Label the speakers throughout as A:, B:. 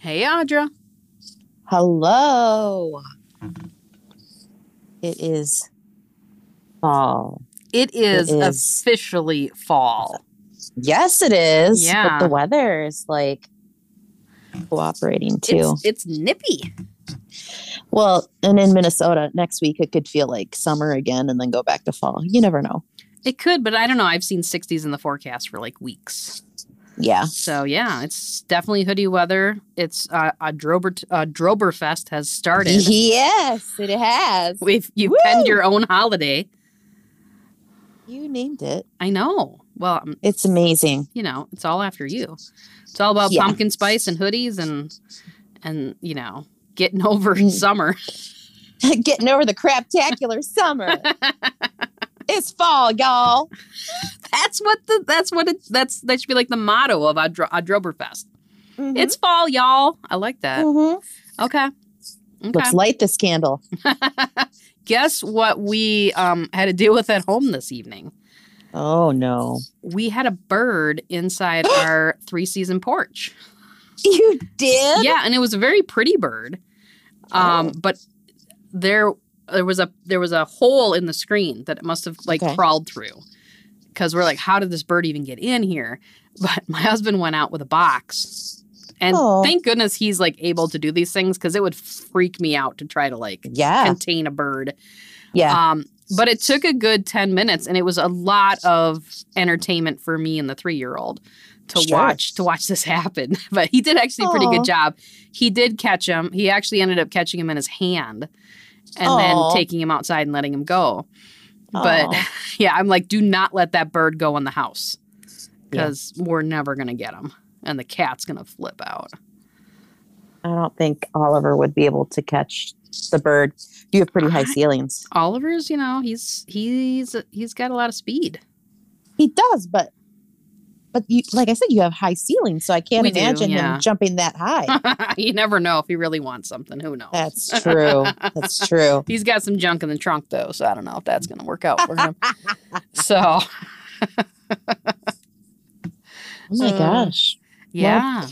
A: Hey, Audra.
B: Hello. It is fall.
A: It is,
B: is.
A: officially fall.
B: Yes, it is.
A: Yeah.
B: But the weather is like cooperating too.
A: It's, it's nippy.
B: well, and in Minnesota next week, it could feel like summer again and then go back to fall. You never know.
A: It could, but I don't know. I've seen 60s in the forecast for like weeks.
B: Yeah.
A: So yeah, it's definitely hoodie weather. It's uh, a Drober uh, Droberfest has started.
B: Yes, it has.
A: We've you
B: Woo!
A: penned your own holiday.
B: You named it.
A: I know. Well, um,
B: It's amazing.
A: you know, it's all after you. It's all about
B: Yeah.
A: pumpkin spice and hoodies and and you know getting over
B: Mm.
A: summer.
B: Getting over the craptacular summer. it's fall, y'all.
A: That's what the that's what it that's that should be like the motto of a Dro- a Droberfest.
B: Mm-hmm.
A: It's fall, y'all. I like that.
B: Mhm.
A: Okay. Okay.
B: Let's light this candle.
A: Guess what we um had to deal with at home this evening.
B: Oh no.
A: We had a bird inside our three season porch.
B: You did?
A: Yeah, and it was a very pretty bird. Um,
B: Oh.
A: but there there was a there was a hole in the screen that it must have like
B: Okay.
A: crawled through. Cause we're like, how did this bird even get in here? But my husband went out with a box. And
B: Oh.
A: thank goodness he's like able to do these things because it would freak me out to try to like
B: Yeah.
A: contain a bird.
B: Yeah.
A: Um, but it took a good 10 minutes and it was a lot of entertainment for me and the three year old to
B: Sure.
A: watch to watch this happen. But he did actually a pretty
B: Aw.
A: good job. He did catch him. He actually ended up catching him in his hand and
B: Aw.
A: then taking him outside and letting him go. But
B: Aw.
A: yeah, I'm like, do not let that bird go in the house
B: Yeah.
A: because we're never going to get him. And the cat's going to flip out.
B: I don't think Oliver would be able to catch the bird. You have pretty high
A: I-
B: ceilings.
A: Oliver's, you know, he's he's he's got a lot of speed.
B: He does, but but you like I said, you have high ceilings, so I can't
A: We do,
B: imagine
A: yeah.
B: him jumping that high.
A: you never know if he really wants something. Who knows?
B: That's true. That's true.
A: He's got some junk in the trunk though, so I don't know if that's going to work out for him. so,
B: Oh my
A: Uh,
B: gosh.
A: yeah,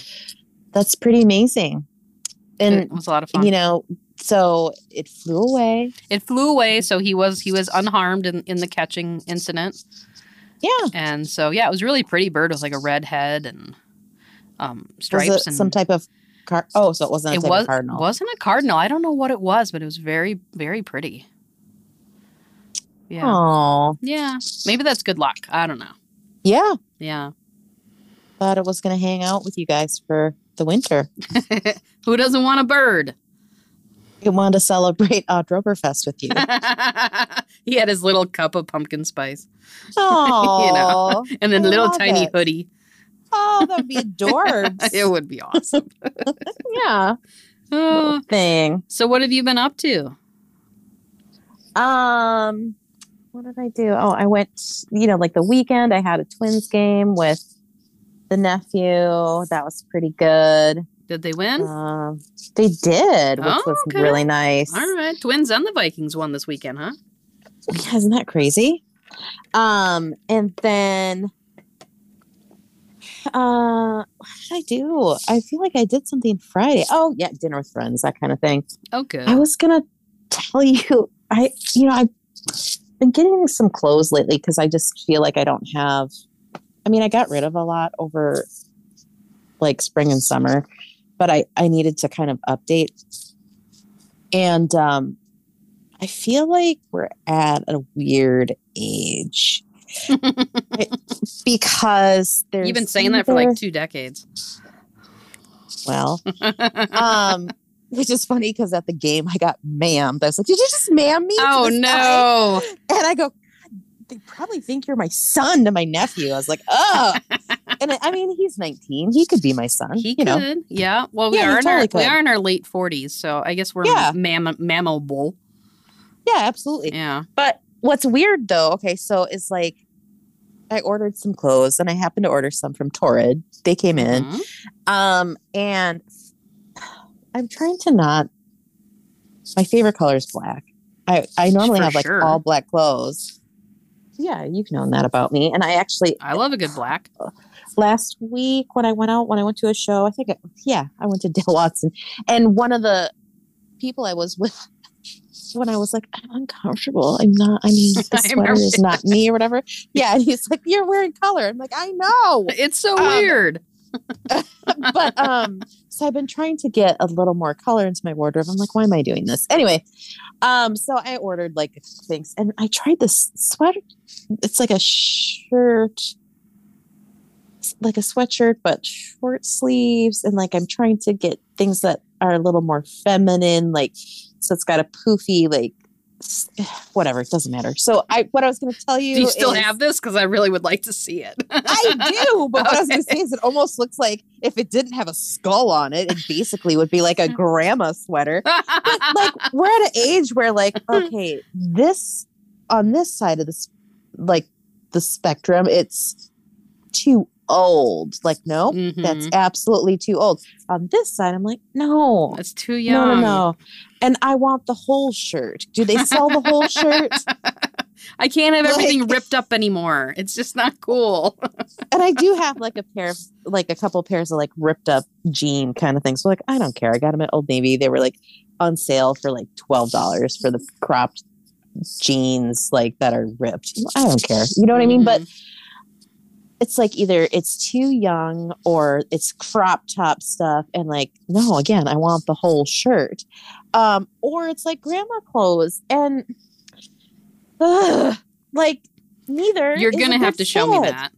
B: That's pretty amazing. And
A: it was a lot of fun.
B: you know, so it flew away.
A: it flew away, so he was he was unharmed in, in the catching incident,
B: Yeah.
A: and so yeah, it was a really pretty bird with like a red head and um, stripes
B: Was it
A: and
B: some type of car oh, so it wasn't a
A: it
B: type
A: was
B: of cardinal.
A: wasn't a cardinal. I don't know what it was, but it was very very pretty. Yeah,
B: Oh.
A: yeah, maybe that's good luck. I don't know.
B: Yeah.
A: Yeah,
B: thought it was going to hang out with you guys for the winter.
A: who doesn't want a bird?
B: It wanted to celebrate Oktoberfest with you.
A: he had his little cup of pumpkin spice
B: Oh,
A: and then
B: I
A: little
B: love
A: tiny
B: it.
A: hoodie.
B: oh, that would be
A: it
B: adorbs.
A: would be awesome.
B: yeah,
A: Uh,
B: little thing.
A: so, what have you been up to?
B: Um, what did I do? Oh, I went. You know, like the weekend, I had a twins game with the nephew. That was pretty good.
A: Did they win?
B: Um, they did, which
A: Oh,
B: was
A: okay.
B: really nice.
A: All right, Twins and the Vikings won this weekend, huh?
B: Yeah, isn't that crazy? Um, and then uh what did I do? I feel like I did something Friday. Oh yeah, dinner with friends, that kind of thing.
A: Oh, good.
B: I was gonna tell you, I you know, I've been getting some clothes lately because I just feel like I don't have I mean, I got rid of a lot over like spring and summer, but I, I needed to kind of update. And um I feel like we're at a weird age. It- because there's
A: You've been saying that for like
B: either-
A: two decades.
B: well um which is funny because at the game I got mammed. I was like, Did you just mam me? to
A: oh
B: this guy?"
A: no!
B: And I go, "God, they probably think you're my son to my nephew. I was like, oh. and I, I mean, he's 19. He could be my son.
A: He
B: you
A: could.
B: know,
A: Yeah. Well, we
B: Yeah, he
A: are in our
B: totally
A: we
B: could.
A: are in our late forties, so I guess we're
B: Yeah.
A: mam- mammable.
B: yeah, absolutely.
A: Yeah.
B: But what's weird though, okay, so is like, I ordered some clothes and I happened to order some from Torrid. They came in.
A: Mhm.
B: Um, and I'm trying to not. My favorite color is black. I I normally
A: For
B: have like
A: sure.
B: all black clothes, yeah, you've known that about me. And I actually
A: I love a good black.
B: last week when I went out, when I went to a show, I think, it, yeah, I went to Dale Watson, and one of the people I was with, when I was like, I'm uncomfortable. I'm not. I mean,
A: I
B: the sweater
A: remember
B: is not me or whatever. Yeah, and he's like, you're wearing color. I'm like, I know,
A: It's so
B: Um,
A: weird.
B: but um, so I've been trying to get a little more color into my wardrobe. I'm like, why am I doing this anyway? Um, so I ordered like things, and I tried this sweater. It's like a shirt. like a sweatshirt but short sleeves and like i'm trying to get things that are a little more feminine like so it's got a poofy like s- whatever it doesn't matter so i what i was going to tell you
A: Do you still
B: is-
A: have this? Because I really would like to see it.
B: i do but what i was going to
A: Okay.
B: say is it almost looks like if it didn't have a skull on it it basically would be like a grandma sweater but like we're at an age where like okay this on this side of this like the spectrum it's too old like no
A: Mhm.
B: oh, that's absolutely too old. On this side, I'm like, no,
A: That's too
B: no,
A: young.
B: no, no. And I want the whole shirt. Do they sell the whole shirt?
A: I can't have
B: Like-
A: everything ripped up anymore. It's just not cool.
B: And I do have like a pair of, like a couple pairs of like ripped up jean kind of things. So like, I don't care. I got them at Old Navy. They were like on sale for like twelve dollars for the cropped jeans, like that are ripped. I don't care. You know what I mean?
A: Mm-hmm.
B: But it's like either it's too young or it's crop top stuff and like no again i want the whole shirt um or it's like grandma clothes and ugh, like neither
A: You're
B: is a
A: gonna
B: good
A: have to show me
B: fit.
A: that.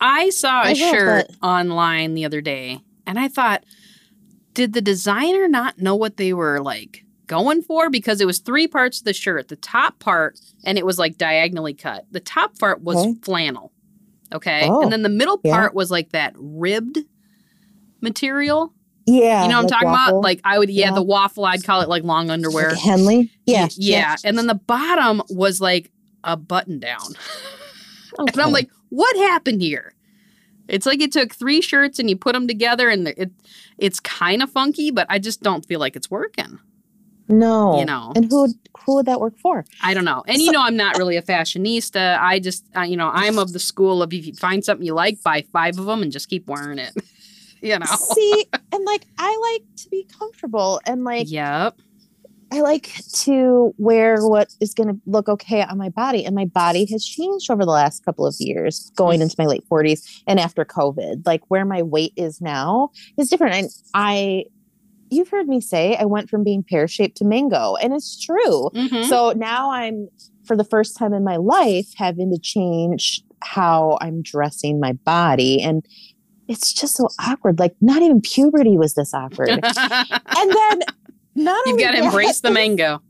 A: I saw a
B: I will,
A: shirt online the other day, and I thought, did the designer not know what they were like going for? Because it was three parts of the shirt. The top part, and it was like diagonally cut. The top part was
B: Okay.
A: flannel, okay,
B: Oh,
A: and then the middle
B: yeah.
A: part was like that ribbed material.
B: yeah
A: you know what I'm talking about? Like I would, yeah,
B: Yeah.
A: the waffle. I'd call it like long underwear.
B: Like henley yeah
A: Y- yeah. And then the bottom was like a button down. And I'm
B: Okay.
A: like, what happened here? It's like it took three shirts and you put them together, and the- it it's kind of funky, but I just don't feel like it's working.
B: no
A: you know.
B: and who would who would that work for
A: I don't know. And you
B: So-
A: know, I'm not really a fashionista. I just, uh, you know, I'm of the school of if you find something you like, buy five of them and just keep wearing it. you know.
B: see and like i like to be comfortable and like
A: Yep.
B: I like to wear what is going to look okay on my body. And my body has changed over the last couple of years, going into my late 40s and after COVID. Like where my weight is now is different. And I, you've heard me say I went from being pear shaped to mango, and it's true.
A: Mhm.
B: So now I'm, for the first time in my life, having to change how I'm dressing my body. And it's just so awkward. Like not even puberty was this awkward. and then, not
A: You've
B: only
A: got to
B: that-
A: embrace the mango.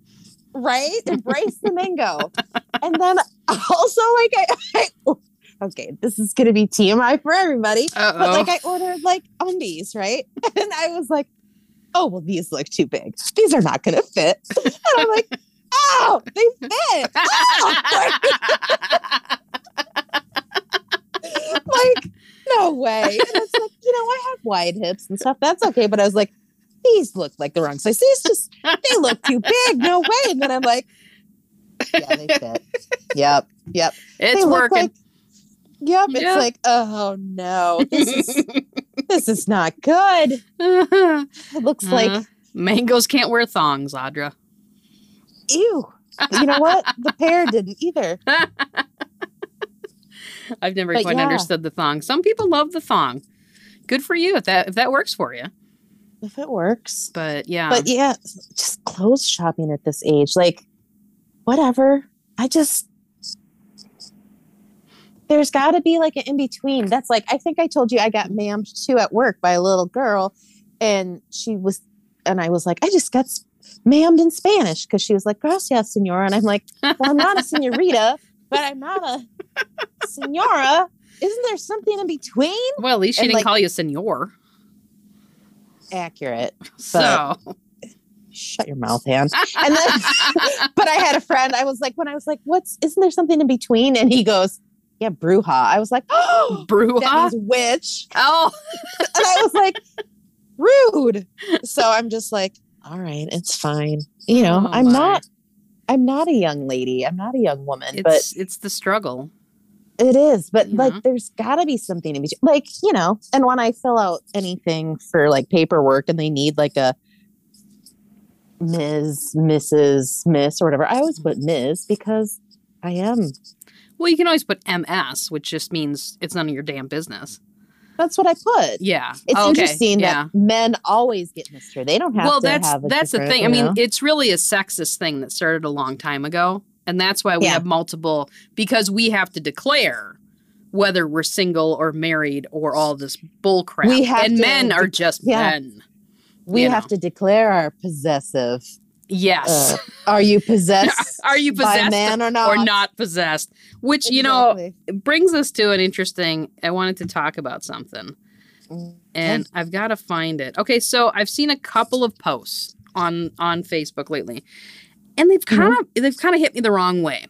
B: right? Embrace the mango. And then also, like, I, I okay, this is going to be TMI for everybody,
A: Uh
B: but
A: oh.
B: like, I ordered like undies, right? And I was like, oh, well, these look too big. These are not going to fit. And I'm like, oh, they fit. Oh! like, no way. And it's like, you know, I have wide hips and stuff. That's okay. But I was like, these look like the wrong size. These just, they look too big. No way. And then I'm like, yeah, they fit. Yep. Yep.
A: it's
B: They look
A: working.
B: Like, yep. It's
A: Yep.
B: like, oh no, this is this is not good. It looks
A: Uh-huh.
B: like
A: Mangoes can't wear thongs, Audra.
B: ew. You know what? The pear didn't either.
A: I've never
B: But
A: quite
B: yeah.
A: understood the thong. Some people love the thong. Good for you if that if that works for you.
B: If it works.
A: But yeah,
B: But yeah, just clothes shopping at this age, like whatever. I just there's got to be like an in between. That's like I think I told you I got mammed too at work by a little girl, and she was, and I was like, I just got s- mammed in Spanish because she was like, "Gracias, senora," and I'm like, "Well, I'm not a senorita, but I'm not a senora. Isn't there something in between?"
A: well, at least she
B: and,
A: didn't
B: like-
A: call you senor.
B: Accurate.
A: So
B: Shut your mouth, hand. And then. but I had a friend. I was like, when I was like, what's isn't there something in between? And he goes, yeah, bruja. I was like, oh,
A: Bruja.
B: that means witch.
A: Oh,
B: And I was like, rude. So I'm just like, all right, it's fine. You know,
A: Oh
B: I'm
A: my.
B: not. I'm not a young lady. I'm not a young woman,
A: It's
B: but
A: it's the struggle.
B: It is, but
A: You
B: like
A: know?
B: there's gotta be something in between. Like, you know, and when I fill out anything for like paperwork and they need like a Ms. Mrs. Miss or whatever, I always
A: Mm-hmm.
B: put Ms. because I am.
A: Well, you can always put MS, which just means it's none of your damn business.
B: That's what I put.
A: Yeah.
B: It's
A: Oh, okay.
B: interesting
A: yeah.
B: that men always get Mr. They don't have
A: well,
B: to
A: that's
B: have a
A: that's the
B: different,
A: thing. I
B: you
A: mean,
B: know?
A: it's really a sexist thing that started a long time ago, and that's why we
B: Yeah.
A: have multiple because we have to declare whether we're single or married or all this bull crap.
B: We have
A: and
B: to
A: men are just
B: yeah.
A: men.
B: we
A: you
B: have
A: know.
B: to declare our possessive.
A: Yes.
B: Uh, are you possessed?
A: Are you
B: by a
A: possessed
B: man or not?
A: or not possessed, which you know
B: Exactly.
A: it brings us to an interesting. I wanted to talk about something,
B: Mm.
A: and I've got to find it. Okay, so I've seen a couple of posts on on Facebook lately, and they've kind of they've kind of hit me the wrong way,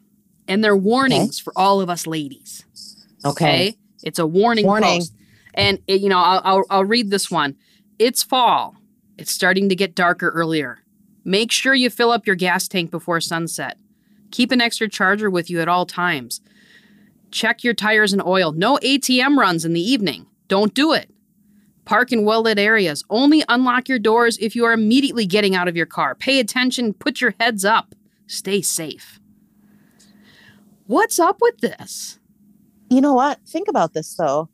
A: and they're warnings for all of us ladies. Okay,
B: Okay.
A: it's a warning.
B: Warning.
A: Post. And it, you know, I'll, I'll I'll read this one. It's fall. It's starting to get darker earlier. Make sure you fill up your gas tank before sunset. Keep an extra charger with you at all times. Check your tires and oil. No ATM runs in the evening. Don't do it. Park in well lit areas. Only unlock your doors if you are immediately getting out of your car. Pay attention. Put your heads up. Stay safe. What's up with this?
B: you know what? Think about this though.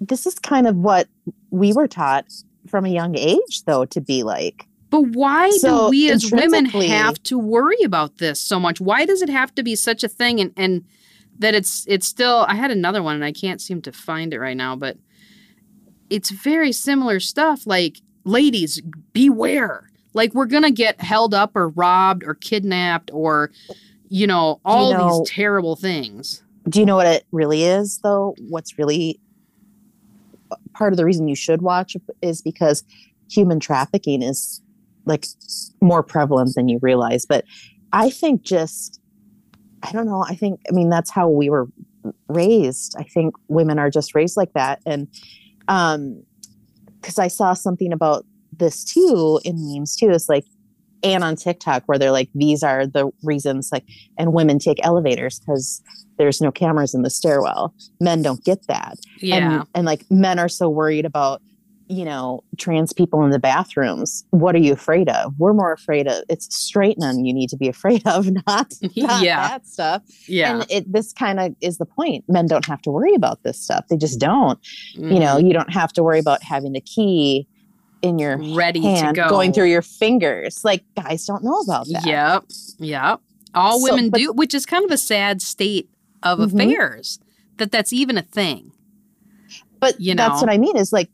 B: This is kind of what we were taught from a young age, though, to be like.
A: But why
B: So,
A: do we as women
B: intrinsically-
A: have to worry about this so much? Why does it have to be such a thing and and that it's it's still I had another one and I can't seem to find it right now, but it's very similar stuff like ladies beware. Like we're going to get held up or robbed or kidnapped or you know all
B: know-
A: these terrible things.
B: Do you know what it really is, though? What's really uh, part of the reason you should watch is because human trafficking is like more prevalent than you realize. But I think just, I don't know. I think, I mean, that's how we were raised. I think women are just raised like that. And, um, because I saw something about this too in memes too. It's like, and on TikTok where they're like, these are the reasons like, and women take elevators because there's no cameras in the stairwell. Men don't get that.
A: Yeah.
B: And, and like men are so worried about, you know, trans people in the bathrooms. What are you afraid of? We're more afraid of it's straight men you need to be afraid of, not, not
A: yeah.
B: that stuff.
A: Yeah.
B: And it, this kind of is the point. Men don't have to worry about this stuff. They just don't. You know,
A: Mm-hmm.
B: you don't have to worry about having the key in your
A: Mm. ready
B: hand
A: to go
B: going through your fingers. Like guys don't know about that.
A: Yep. Yep. All
B: So-
A: women
B: but-
A: do, which is kind of a sad state of
B: Mhm.
A: affairs that that's even a thing.
B: But
A: you
B: that's what
A: know.
B: I mean is like,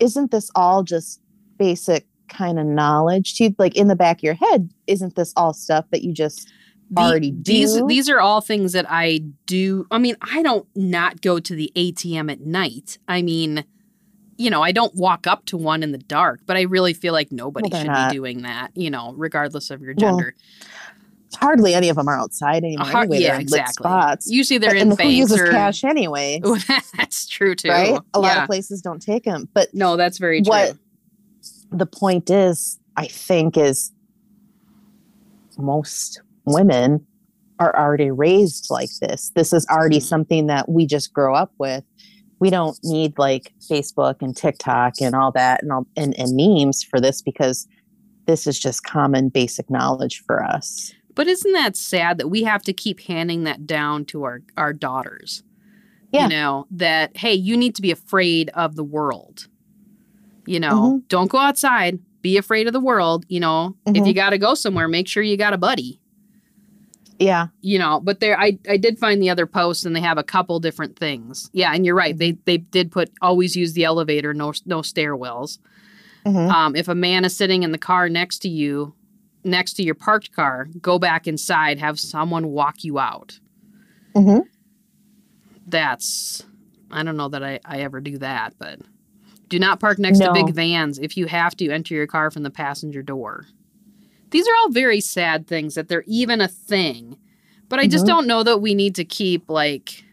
B: isn't this all just basic kind of knowledge to you? Like in the back of your head, isn't this all stuff that you just
A: The-
B: already do?
A: These these are all things that I do. I mean, I don't not go to the ATM at night. I mean, you know, I don't walk up to one in the dark, but I really feel like nobody
B: Well, they're
A: should
B: not.
A: be doing that, you know, regardless of your
B: Well,
A: gender.
B: hardly any of them are outside anymore.
A: Har-
B: anyway,
A: yeah,
B: they're in lit
A: exactly.
B: spots.
A: Usually they're in
B: and who
A: banks
B: uses
A: or
B: cash anyway?
A: that's true too.
B: Right? A lot
A: yeah.
B: of places don't take them. But
A: no, that's very true.
B: What- the point is, I think, is most women are already raised like this. This is already
A: Mhm.
B: something that we just grow up with. We don't need like Facebook and TikTok and all that and all and, and memes for this because this is just common basic knowledge for us.
A: But isn't that sad that we have to keep handing that down to our our daughters?
B: Yeah.
A: You know, that hey, you need to be afraid of the world. You know, don't go outside, be afraid of the world, you know. If
B: Mhm.
A: you got to go somewhere, make sure you got a buddy
B: Yeah.
A: you know but there I, I did find the other post and they have a couple different things yeah and you're right they they did put always use the elevator no no stairwells
B: Mhm.
A: um, if a man is sitting in the car next to you next to your parked car go back inside have someone walk you out
B: Mhm.
A: that's i don't know that i, I ever do that but do not park next
B: No.
A: to big vans if you have to enter your car from the passenger door these are all very sad things that they're even a thing but i just
B: Mhm.
A: don't know that we need to keep like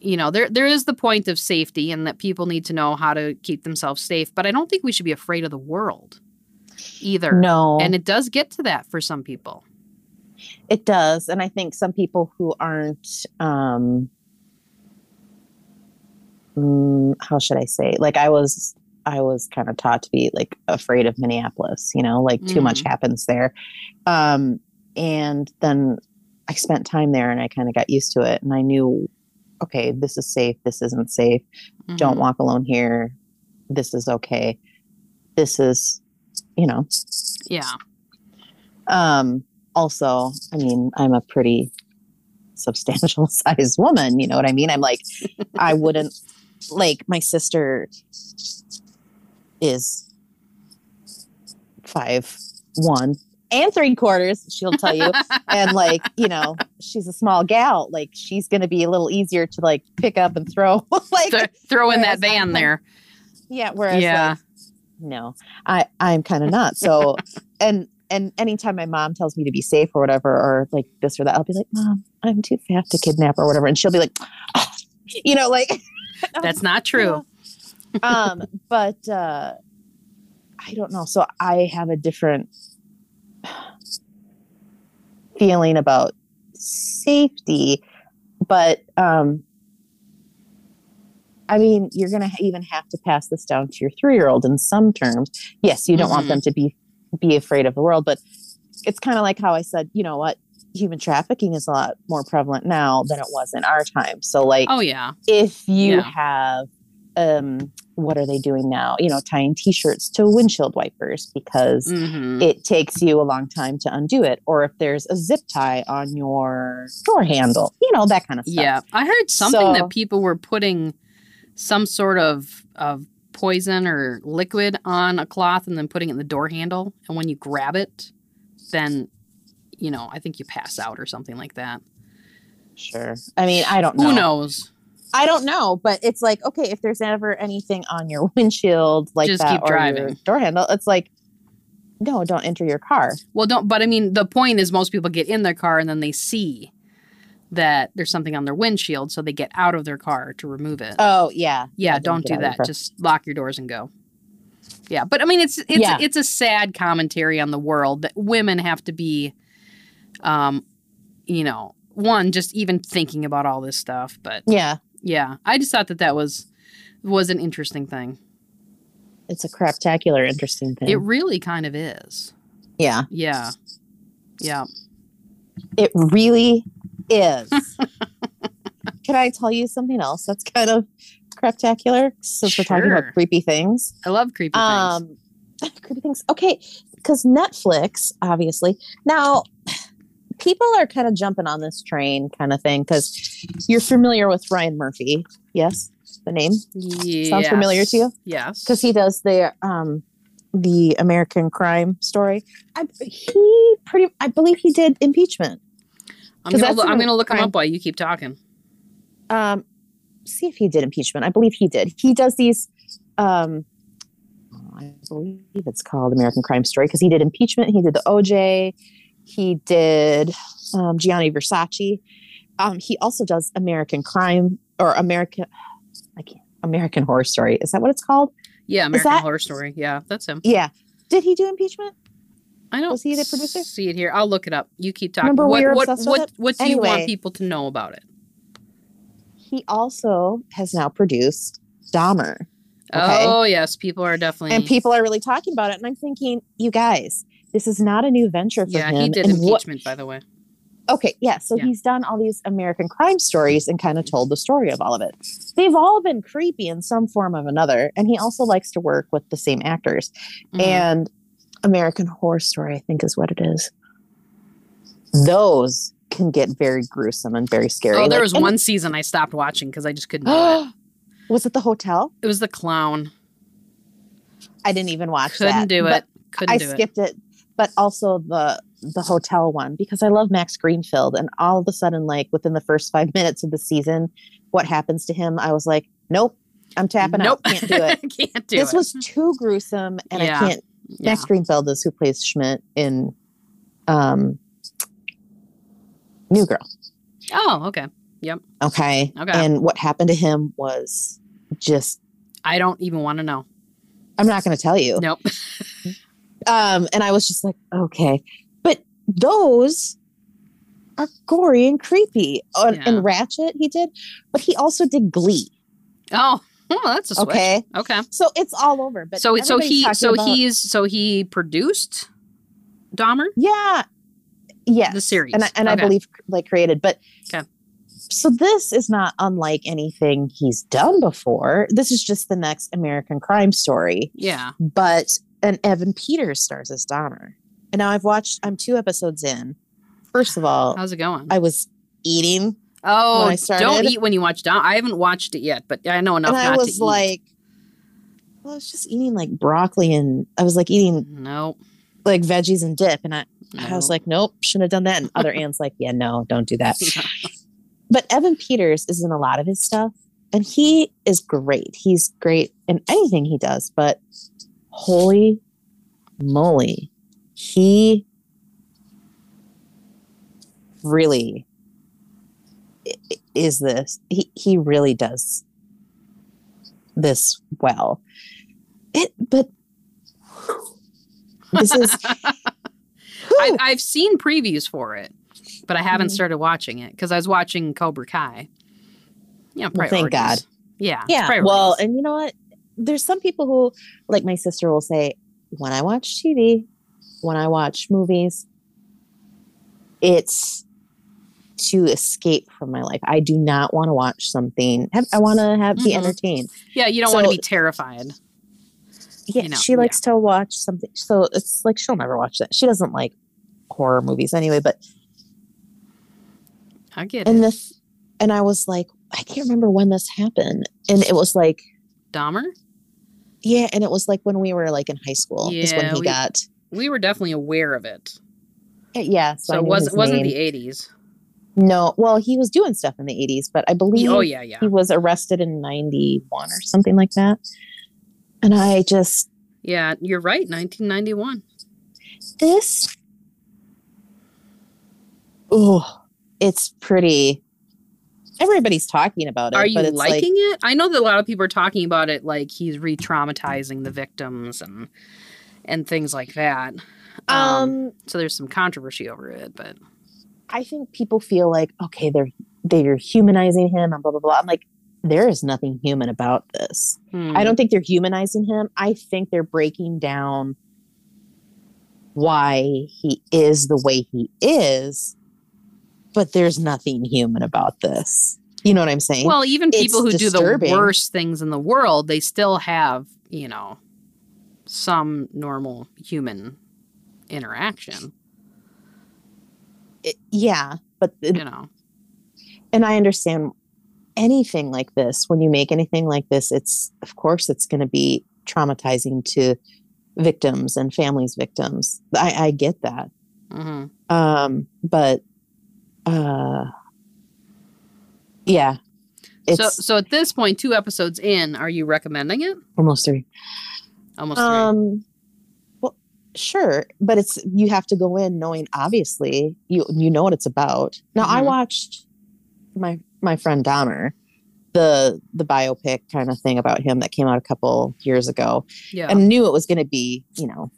A: you know there there is the point of safety and that people need to know how to keep themselves safe but i don't think we should be afraid of the world either.
B: No.
A: And it does get to that for some people.
B: It does. And I think some people who aren't, um, mm, how should I say? Like I was, I was kind of taught to be like afraid of Minneapolis, you know, like too much happens there. Um, and then I spent time there and I kind of got used to it and I knew, okay, this is safe. This isn't safe. Don't
A: Mhm.
B: walk alone here. This is okay. This is, you know,
A: Yeah.
B: um, also, I mean, I'm a pretty substantial sized woman. You know what I mean? I'm like, I wouldn't like my sister is five one and three quarters. She'll tell you, and like, you know, she's a small gal. Like, she's gonna be a little easier to like pick up and throw. like,
A: Th- throw in that
B: whereas I'm
A: van
B: like-
A: there.
B: yeah. Whereas,
A: Yeah.
B: like, no, I I'm kind of not. So, and and anytime my mom tells me to be safe or whatever, or like this or that, I'll be like, Mom, I'm too fat to kidnap or whatever, and she'll be like, "Ah," you know, like oh.
A: That's not true.
B: um, but uh, I don't know. So I have a different feeling about safety, but um, I mean, you're going to even have to pass this down to your three-year-old in some terms. Yes, you don't want
A: Mhm.
B: them to be be afraid of the world, but it's kind of like how I said, you know what? Human trafficking is a lot more prevalent now than it was in our time. So, like,
A: Oh yeah.
B: if you
A: Yeah.
B: have um what are they doing now you know tying t-shirts to windshield wipers because
A: hmm
B: it takes you a long time to undo it or if there's a zip tie on your door handle you know that kind of stuff
A: Yeah. I heard something
B: So-
A: that people were putting some sort of of poison or liquid on a cloth and then putting it in the door handle and when you grab it then you know, I think you pass out or something like that.
B: sure i mean i don't know
A: Who knows?
B: i don't know but it's like okay if there's ever anything on your windshield like
A: Just
B: that
A: keep
B: or your
A: driving.
B: door handle it's like no don't enter your car
A: Well, don't but I mean the point is most people get in their car and then they see that there's something on their windshield so they get out of their car to remove it.
B: oh yeah
A: Yeah,
B: I
A: don't
B: don't
A: do
B: get out of
A: that.
B: the car.
A: Just lock your doors and go. Yeah, but I mean, it's it's
B: Yeah.
A: it's a sad commentary on the world that women have to be, um, you know, one just even thinking about all this stuff. But
B: yeah
A: yeah, I just thought that that was was an interesting thing.
B: it's a craptacular interesting thing
A: It really kind of is.
B: yeah
A: Yeah, yeah.
B: It really is. Can I tell you something else that's kind of craptacular since we're talking
A: Sure.
B: about creepy things?
A: I love creepy things.
B: Um, creepy things. Okay, because Netflix, obviously. Now, people are kind of jumping on this train kind of thing because you're familiar with Ryan Murphy. Yes, the name
A: Yes.
B: sounds familiar to you?
A: Yes,
B: because he does the um the American crime story. I, he pretty, I believe he did impeachment.
A: I'm
B: 'cause
A: gonna,
B: that's
A: loo- I'm
B: an-
A: gonna look him
B: crime.
A: up while you keep talking.
B: um see if he did impeachment i believe he did he does these um oh, i believe it's called american crime story because he did impeachment he did the oj he did um, gianni versace um he also does american crime or american i can't american horror story is that what it's called
A: Yeah, American
B: that-
A: Horror Story. Yeah, that's him.
B: yeah did he do impeachment
A: I don't
B: Was he the producer?
A: see it here. I'll look it up. You keep talking.
B: Remember
A: what
B: we were
A: what
B: obsessed with
A: what, what do you want
B: Anyway.
A: people to know about it?
B: he also has now produced dahmer Okay.
A: Oh yes, people are definitely
B: and people are really talking about it and i'm thinking you guys this is not a new venture for
A: Yeah,
B: him
A: he did
B: and what-
A: impeachment by the way.
B: Okay, yeah. So
A: Yeah.
B: he's done all these American crime stories and kind of told the story of all of it. They've all been creepy in some form of another. And he also likes to work with the same actors.
A: Mhm.
B: And American Horror Story, I think, is what it is. Those can get very gruesome and very scary.
A: oh, there
B: Like-
A: was
B: and-
A: one season I stopped watching because I just couldn't. do it.
B: was it the hotel?
A: It was the clown.
B: I didn't even watch
A: Couldn't
B: that.
A: do
B: but
A: it. Couldn't
B: I
A: do it.
B: skipped it. But also the the hotel one because I love Max Greenfield, and all of a sudden, like within the first five minutes of the season, what happens to him? I was like, nope, I'm tapping
A: nope.
B: out. Can't do it.
A: Can't do
B: this
A: it.
B: was too gruesome, and
A: Yeah.
B: I can't.
A: Yeah.
B: Max Greenfield is who plays Schmidt in um, New Girl.
A: Oh, okay.
B: Okay.
A: Okay.
B: And what happened to him was just.
A: I don't even want to know.
B: I'm not going to tell you.
A: Nope.
B: Um, and I was just like, okay. But those are gory and creepy. Uh,
A: Yeah.
B: And Ratchet, he did, but he also did Glee.
A: Oh, well, that's a switch. Okay.
B: Okay. So it's all over. But
A: so so
B: everybody's
A: he
B: talking
A: so
B: about-
A: he's so he produced Dahmer
B: Yeah. Yes.
A: the series.
B: And I, and
A: Okay.
B: I believe like created, but
A: Okay.
B: so this is not unlike anything he's done before. This is just the next American crime story,
A: Yeah.
B: but and Evan Peters stars as Dahmer. And now I've watched. I'm two episodes in. First of all,
A: How's it going?
B: Oh. I was eating,
A: oh,
B: when
A: don't
B: I started-
A: eat when you watch Dahmer. I haven't watched it yet, but I know enough
B: and I
A: not to
B: was
A: eat.
B: like, well, I was just eating like broccoli, and I was like eating
A: nope.
B: like veggies and dip, and I, I was
A: nope.
B: like, nope, shouldn't have done that. And other Anne's like, yeah, no, don't do that. but Evan Peters is in a lot of his stuff, and he is great. He's great in anything he does, but holy moly, he really i- i- is this. He he really does this well. It but this is.
A: I, I've seen previews for it, but I haven't
B: Mhm.
A: started watching it because I was watching Cobra Kai. Yeah,
B: Well,
A: priorities.
B: thank God.
A: Yeah,
B: Yeah.
A: priorities.
B: Well, and you know what? There's some people who, like my sister, will say, when I watch TV, when I watch movies, it's to escape from my life. I do not want to watch something. Have, I want to have be
A: Mhm.
B: entertained.
A: yeah, you don't want to
B: so-
A: be terrified.
B: Yeah,
A: You know,
B: she likes to watch something. So it's like she'll never watch that. She doesn't like horror movies anyway. But
A: I get it.
B: and this, and I was like, I can't remember when this happened, and it was like,
A: Dahmer.
B: yeah, and it was like when we were like in high school is when
A: Yeah,
B: he
A: we-
B: got.
A: We were definitely aware of it,
B: Yeah, so,
A: so
B: I
A: it
B: knew
A: wasn't
B: his
A: wasn't
B: name.
A: the eighties.
B: no. Well, he was doing stuff in the eighties, but I believe
A: Oh yeah, yeah,
B: he was arrested in ninety one or something like that. And I just
A: yeah. You're right. Nineteen ninety one.
B: this, oh, it's pretty. Everybody's talking about it.
A: Are you
B: but it's like,
A: liking it? I know that a lot of people are talking about it, like he's re-traumatizing the victims and and things like that.
B: um,
A: so there's some controversy over it, but
B: I think people feel like okay, they're they're humanizing him and blah blah blah. I'm like, there is nothing human about this.
A: hmm.
B: I don't think they're humanizing him. I think they're breaking down why he is the way he is, but there's nothing human about this. You know what I'm saying?
A: Well, even
B: It's
A: people who do
B: disturbing.
A: the worst things in the world, they still have, you know, some normal human interaction,
B: It- yeah, but
A: you know.
B: and I understand anything like this. When you make anything like this, it's of course it's going to be traumatizing to victims and families, victims. I, I get that.
A: hmm
B: um but uh yeah it's
A: So so at this point, two episodes in, are you recommending it?
B: almost three
A: Almost three.
B: um well sure but it's you have to go in knowing obviously you you know what it's about now i
A: Mhm.
B: watched my my friend Dahmer the the biopic kind of thing about him that came out a couple years ago
A: Yeah.
B: and knew it was going to be you know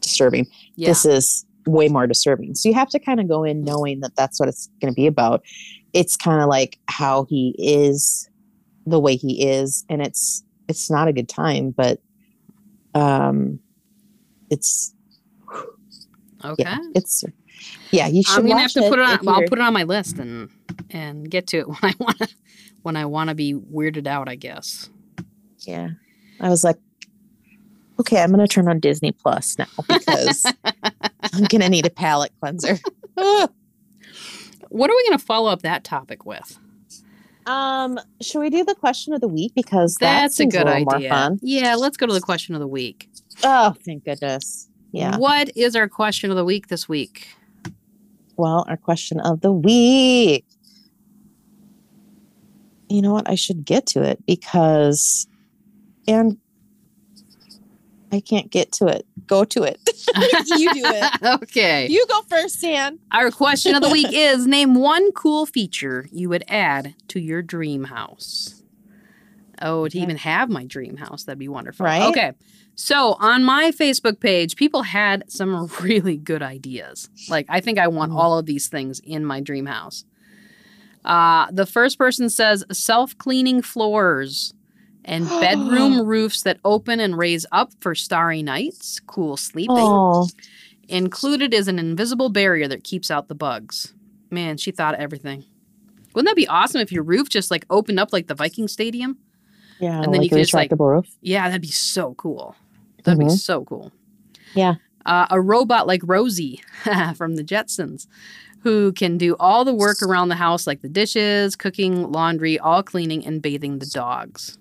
B: disturbing
A: yeah.
B: this is way more disturbing. So you have to kind of go in knowing that that's what it's going to be about. It's kind of like how he is, the way he is, and it's it's not a good time, but um, it's
A: okay.
B: yeah, it's yeah. You should.
A: I'm gonna have
B: watch
A: to put it on
B: if
A: well, I'll
B: you're-
A: put it on my list and and get to it when I wanna when I wanna be weirded out, I guess.
B: yeah, I was like, okay, I'm gonna turn on Disney Plus now because I'm gonna need a palate cleanser.
A: What are we gonna follow up that topic with?
B: um, should we do the question of the week because that
A: That's a
B: seems
A: good
B: little more
A: idea.
B: fun.
A: Yeah, let's go to the question of the week.
B: Oh, thank goodness. Yeah.
A: What is our question of the week this week?
B: Well, our question of the week. You know what? I should get to it because, and I can't get to it. Go to it. you do it.
A: okay.
B: You go first, Dan.
A: Our question of the week is name one cool feature you would add to your dream house. Oh, to even have my dream house, that'd be wonderful.
B: Right?
A: Okay. So on my Facebook page, people had some really good ideas. Like, I think I want
B: Mm.
A: all of these things in my dream house. Uh, the first person says self cleaning floors and bedroom roofs that open and raise up for starry nights, cool sleeping.
B: Oh,
A: Included is an invisible barrier that keeps out the bugs. Man, she thought of everything. Wouldn't that be awesome if your roof just like opened up like the Viking Stadium?
B: yeah.
A: And then you
B: like a
A: can just, like-
B: retractable roof.
A: Yeah, that'd be so cool. That'd be
B: Mhm.
A: so cool.
B: Yeah.
A: Uh, a robot like Rosie from the Jetsons, who can do all the work around the house, like the dishes, cooking, laundry, all cleaning, and bathing the dogs.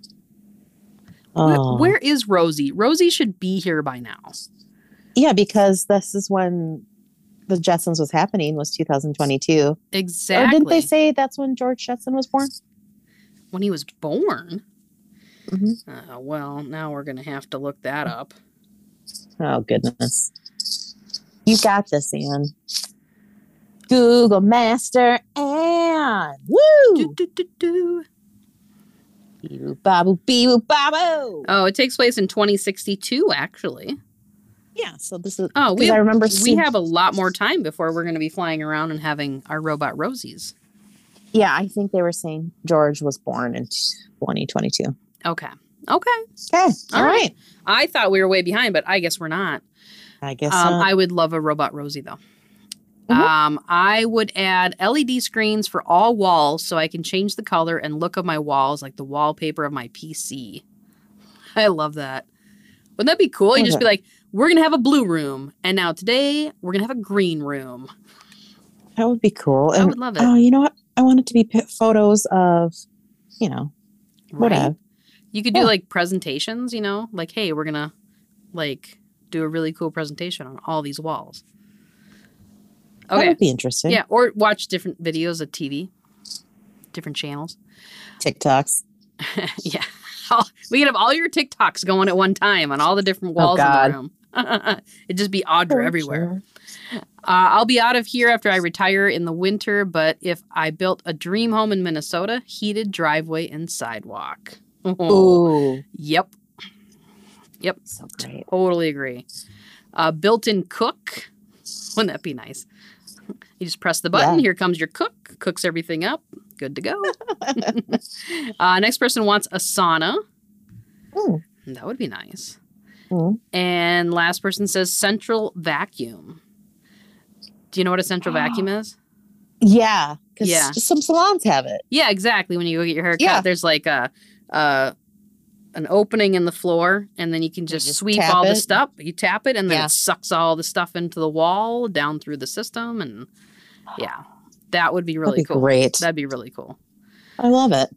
A: Wh-
B: Oh.
A: where is Rosie? Rosie should be here by now.
B: Yeah, because this is when the Jetsons was happening was 2022.
A: Exactly.
B: Or didn't they say that's when George Jetson was born?
A: when he was born?
B: Mhm.
A: Uh, well, now we're going to have to look that up.
B: Oh goodness. You got this, Anne. Google Master Anne. Woo!
A: Do, do, do, do.
B: Bee-woo, Babu, bee-woo, babu.
A: Oh, it takes place in 2062, actually.
B: Yeah, so this is
A: Oh, we
B: because I
A: have,
B: remember
A: we
B: seeing-
A: have a lot more time before we're going to be flying around and having our robot Rosies.
B: Yeah, I think they were saying George was born in 2022.
A: Okay. Okay.
B: Okay.
A: All
B: All right.
A: I thought we were way behind, but I guess we're not.
B: I guess
A: Um,
B: uh,
A: I would love a robot Rosie, though.
B: Mhm.
A: Um, I would add LED screens for all walls so I can change the color and look of my walls like the wallpaper of my PC. I love that. Wouldn't that be cool? You just
B: Okay.
A: be like, we're going to have a blue room. And now today, we're going to have a green room.
B: that would be cool.
A: I
B: And
A: would love it.
B: oh, you know what? I want it to be pi photos of, you know,
A: Right?
B: whatever.
A: You could do
B: Yeah.
A: like presentations, you know, like hey, we're gonna like do a really cool presentation on all these walls.
B: That
A: Okay,
B: would be interesting.
A: yeah, or watch different videos of TV, different channels.
B: TikToks.
A: yeah, All- we could have all your TikToks going at one time on all the different
B: Oh,
A: walls in
B: God.
A: the room. It'd just be Audra everywhere.
B: Sure.
A: Uh, I'll be out of here after I retire in the winter, but if I built a dream home in Minnesota, heated driveway and sidewalk.
B: Ooh.
A: Yep. Yep.
B: So great.
A: Totally agree. Uh, built-in cook. Wouldn't that be nice? You just press the button.
B: Yeah.
A: Here comes your cook. Cooks everything up. Good to go. uh, next person wants a sauna.
B: Mm.
A: That would be nice.
B: Mm.
A: And last person says central vacuum. Do you know what a central vacuum is?
B: Yeah. Because
A: Yeah.
B: some salons have it.
A: Yeah, exactly. When you go get your hair cut,
B: Yeah.
A: there's like a, a an opening in the floor, and then you can just,
B: just
A: sweep
B: tap
A: all the
B: it.
A: stuff. You tap it, and then
B: Yeah.
A: it sucks all the stuff into the wall, down through the system, and yeah, that would be really
B: That'd be
A: cool.
B: great.
A: That'd be really cool.
B: I love it.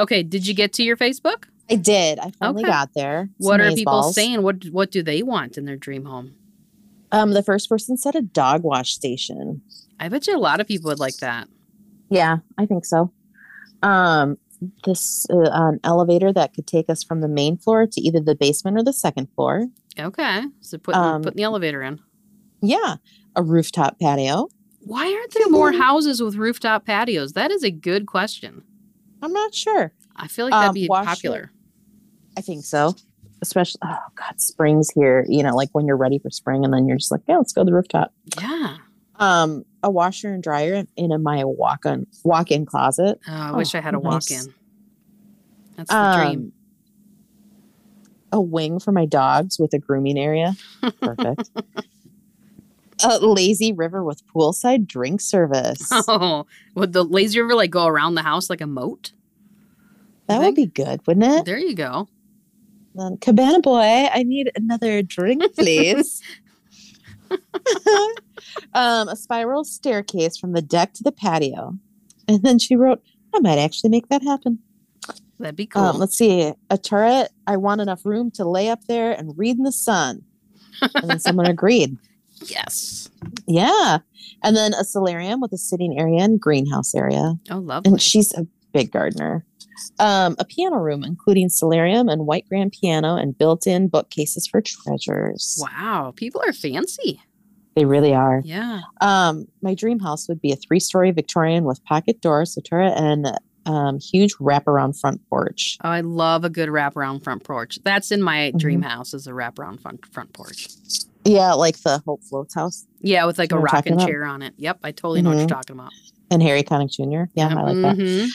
A: Okay, did you get to your Facebook?
B: I did. I finally
A: Okay.
B: got there. It's
A: What are
B: amazeballs.
A: people saying? What what do they want in their dream home?
B: Um, the first person said a dog wash station.
A: I bet you a lot of people would like that.
B: Yeah, I think so. Um, this uh, an elevator that could take us from the main floor to either the basement or the second floor.
A: Okay, so put
B: Um,
A: putting the elevator in.
B: Yeah, a rooftop patio.
A: Why aren't there more houses with rooftop patios? That is a good question.
B: I'm not sure.
A: I feel like that'd
B: Um,
A: be
B: wash your-
A: popular.
B: I think so. Especially, oh God, spring's here. You know, like when you're ready for spring, and then you're just like, yeah, let's go to the rooftop.
A: Yeah.
B: Um, a washer and dryer in, in my walk-in walk-in closet.
A: Oh, I
B: Oh,
A: wish I had a walk
B: nice.
A: in. That's the dream.
B: Um, A wing for my dogs with a grooming area. Perfect. a lazy river with poolside drink service.
A: Oh, would the lazy river like go around the house like a moat?
B: That would be good, wouldn't it?
A: There you go.
B: Um, Cabana Boy, I need another drink, please. um, a spiral staircase from the deck to the patio. And then she wrote, I might actually make that happen.
A: That'd be cool.
B: Um, let's see. A turret. I want enough room to lay up there and read in the sun. And then someone agreed.
A: yes.
B: Yeah. And then a solarium with a sitting area and greenhouse area.
A: Oh, lovely.
B: And she's a big gardener. Um, a piano room, including solarium and white grand piano and built in bookcases for treasures.
A: Wow. People are fancy.
B: They really are.
A: Yeah.
B: Um, my dream house would be a three story Victorian with pocket doors, a turret, and um, huge wraparound front porch.
A: Oh, I love a good wraparound front porch. That's in my dream
B: Mm-hmm.
A: house is a wraparound front front porch.
B: Yeah, like the Hope Floats house
A: Yeah, with like
B: That's
A: a
B: what I'm talking
A: rocking
B: about.
A: chair on it. Yep, I totally know what you're talking about.
B: and Harry Connick Jr. Yeah, I like
A: Mhm.
B: that.
A: Mm-hmm.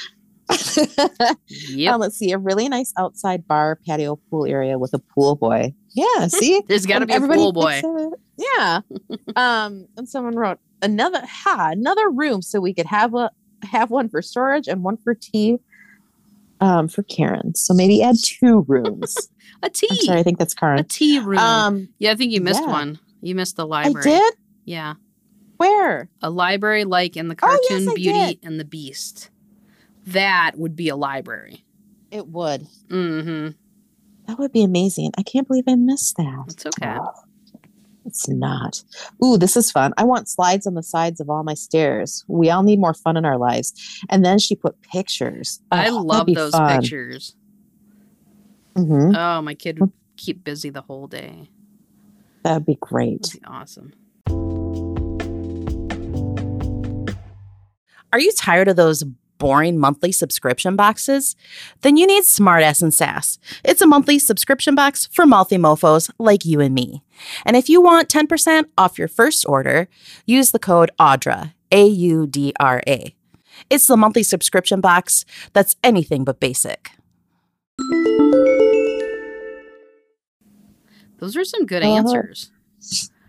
A: Yep.
B: Um, let's see, a really nice outside bar patio pool area with a pool boy. Yeah, see?
A: There's got to
B: And
A: Mm-hmm. be a
B: um, everybody
A: pool boy.
B: thinks of it. Yeah. um, and someone wrote another ha another room so we could have a have one for storage and one for tea, um, for Karen. So maybe add two rooms.
A: A
B: I'm
A: tea.
B: sorry, I think that's
A: A
B: Karen.
A: tea room.
B: Um,
A: yeah, I think you missed
B: yeah.
A: one. You missed the
B: I
A: library.
B: did.
A: Yeah.
B: Where?
A: A library like in the
B: Oh, yes,
A: cartoon
B: I
A: Beauty and the Beast. That would be a library.
B: It would.
A: Mm-hmm.
B: That would be amazing. I can't believe I missed that.
A: It's okay.
B: It's not. Ooh, this is fun. I want slides on the sides of all my stairs. We all need more fun in our lives. And then she put pictures.
A: I
B: Oh, that'd
A: love
B: be
A: those
B: fun.
A: pictures.
B: Mhm.
A: Oh, my kid would keep busy the whole day.
B: That'd be great.
A: That'd be awesome.
C: Are you tired of those boring monthly subscription boxes? Then you need Smartass and Sass. It's a monthly subscription box for mouthy mofos like you and me. And if you want 10% off your first order, use the code AUDRA, A U D R A. It's the monthly subscription box that's anything but basic.
A: Those are some good
B: Uh-huh.
A: answers.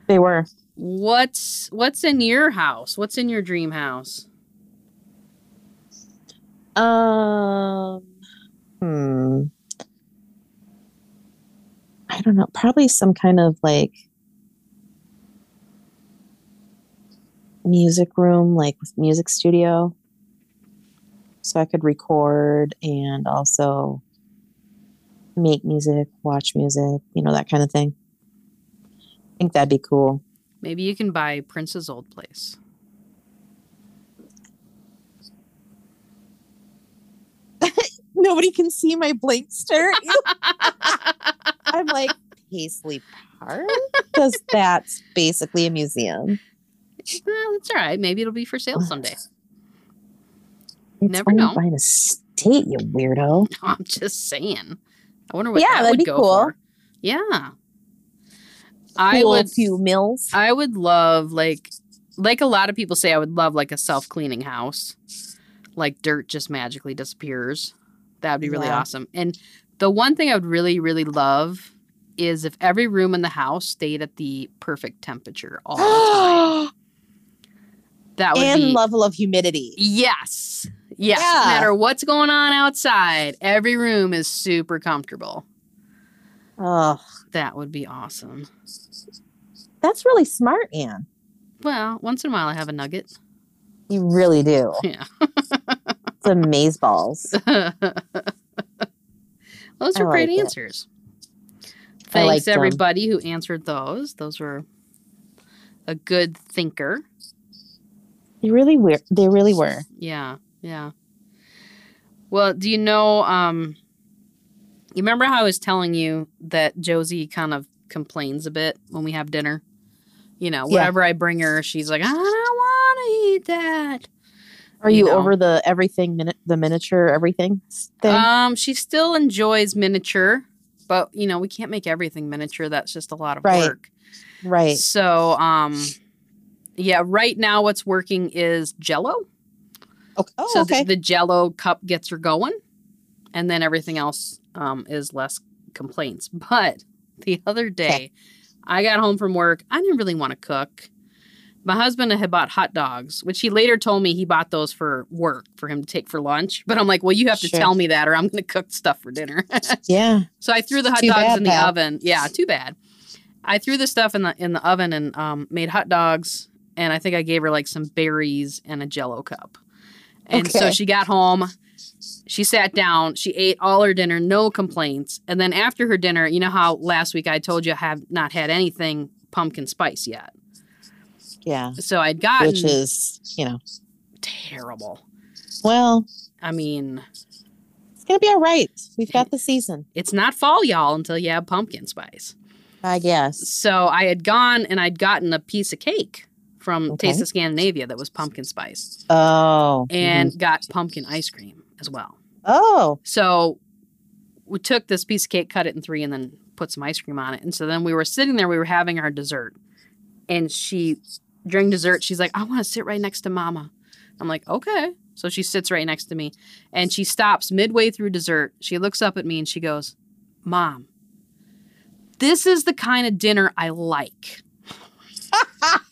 B: They were.
A: What's what's in your house? What's in your dream house?
B: Um, hmm. I don't know. Probably some kind of like music room, like with music studio, so I could record and also make music, watch music, you know, that kind of thing. I think that'd be cool.
A: Maybe you can buy Prince's old place.
B: Nobody can see my blank stare. at you. I'm like, Paisley Park? Because that's basically a museum.
A: Well, Eh, that's all right. Maybe it'll be for sale someday.
B: It's
A: Never
B: owned
A: know.
B: By an estate, you weirdo.
A: I'm just saying. I wonder what
B: Yeah,
A: that
B: that'd
A: would
B: be
A: go
B: cool.
A: for. Yeah. I
B: Cool
A: would
B: few mills.
A: I would love like like a lot of people say I would love like a self-cleaning house. Like dirt just magically disappears. That would be really
B: Yeah.
A: awesome. And the one thing I would really really love is if every room in the house stayed at the perfect temperature all the time. That would
B: and
A: be
B: level of humidity.
A: Yes. Yes. No
B: Yeah.
A: matter what's going on outside, every room is super comfortable.
B: Oh,
A: That would be awesome.
B: that's really smart, Anne.
A: Well, once in a while I have a nugget.
B: You really do.
A: Yeah.
B: It's amazeballs. balls.
A: those
B: I
A: are great
B: like it.
A: answers.
B: I like
A: Thanks
B: them.
A: everybody who answered those. Those were a good thinker.
B: They really were. They really were.
A: Yeah. Yeah. Well, do you know um you remember how I was telling you that Josie kind of complains a bit when we have dinner? You know,
B: Yeah.
A: whatever I bring her, she's like, I don't want to eat that.
B: Are
A: You
B: you,
A: know.
B: over the everything, mini- the miniature everything thing?
A: Um, she still enjoys miniature, but you know, we can't make everything miniature. That's just a lot of
B: Right.
A: work.
B: right.
A: So, um, yeah, right now what's working is Jello.
B: Okay. Oh,
A: so
B: okay.
A: the, the Jello cup gets her going, and then everything else um, is less complaints. But the other day, I got home from work. I didn't really want to cook. My husband had bought hot dogs, which he later told me he bought those for work for him to take for lunch. But I'm like, well, you have to
B: Sure.
A: tell me that, or I'm going to cook stuff for dinner.
B: yeah.
A: So I threw the hot
B: Too
A: dogs
B: bad,
A: in the
B: pal.
A: oven. Yeah, too bad. I threw the stuff in the in the oven and um, made hot dogs, and I think I gave her like some berries and a Jello cup. And so
B: Okay.
A: she got home. She sat down. She ate all her dinner, no complaints. And then after her dinner, you know how last week I told you I have not had anything pumpkin spice yet.
B: Yeah.
A: So I'd gotten
B: Which is, you know,
A: terrible.
B: well,
A: I mean,
B: it's gonna be all right. We've got the season,
A: it's not fall, y'all, until you have pumpkin spice.
B: I guess.
A: so I had gone and I'd gotten a piece of cake from
B: Okay.
A: Taste of Scandinavia that was pumpkin spice
B: Oh,
A: and got pumpkin ice cream as as well.
B: Oh,
A: So we took this piece of cake, cut it in three, and then put some ice cream on it. And so then we were sitting there, we were having our dessert. And she, during dessert, she's like, I want to sit right next to mama. I'm like, okay. So she sits right next to me and she stops midway through dessert. She looks up at me and she goes, Mom, this is the kind of dinner I like.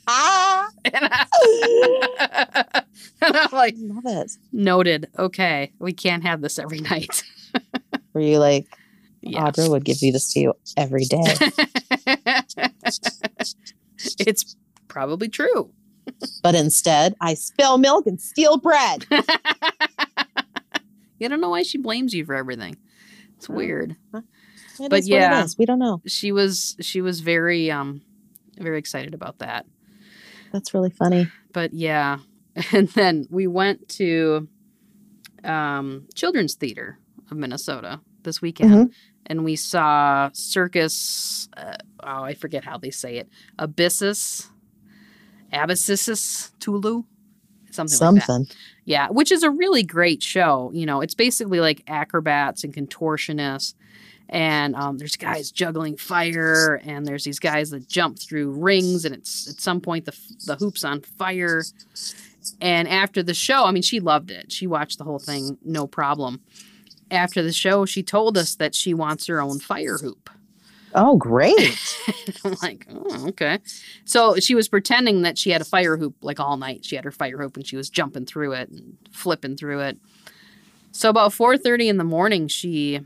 B: I
A: And, I, and I'm like,
B: love it.
A: noted. Okay. We can't have this every night.
B: Were you like
A: yeah.
B: Audra would give you this to you every day?
A: it's probably true.
B: but instead, I spill milk and steal bread.
A: You don't know why she blames you for everything. It's weird.
B: It
A: But
B: is what it
A: yeah.
B: is. we don't know.
A: She was she was very um very excited about that.
B: That's really funny.
A: But yeah. And then we went to um Children's Theater of Minnesota this weekend and we saw Circus uh, oh I forget how they say it. Abyssus Abyssus Tulu something like that.
B: Something.
A: Yeah, which is a really great show. You know, it's basically like acrobats and contortionists. And um, there's guys juggling fire, and there's these guys that jump through rings, and it's at some point the the hoop's on fire. And after the show, I mean, she loved it. She watched the whole thing, no problem. After the show, she told us that she wants her own fire hoop.
B: Oh, great.
A: I'm like, oh, okay. So she was pretending that she had a fire hoop like all night. She had her fire hoop and she was jumping through it and flipping through it. So about 4:30 in the morning, she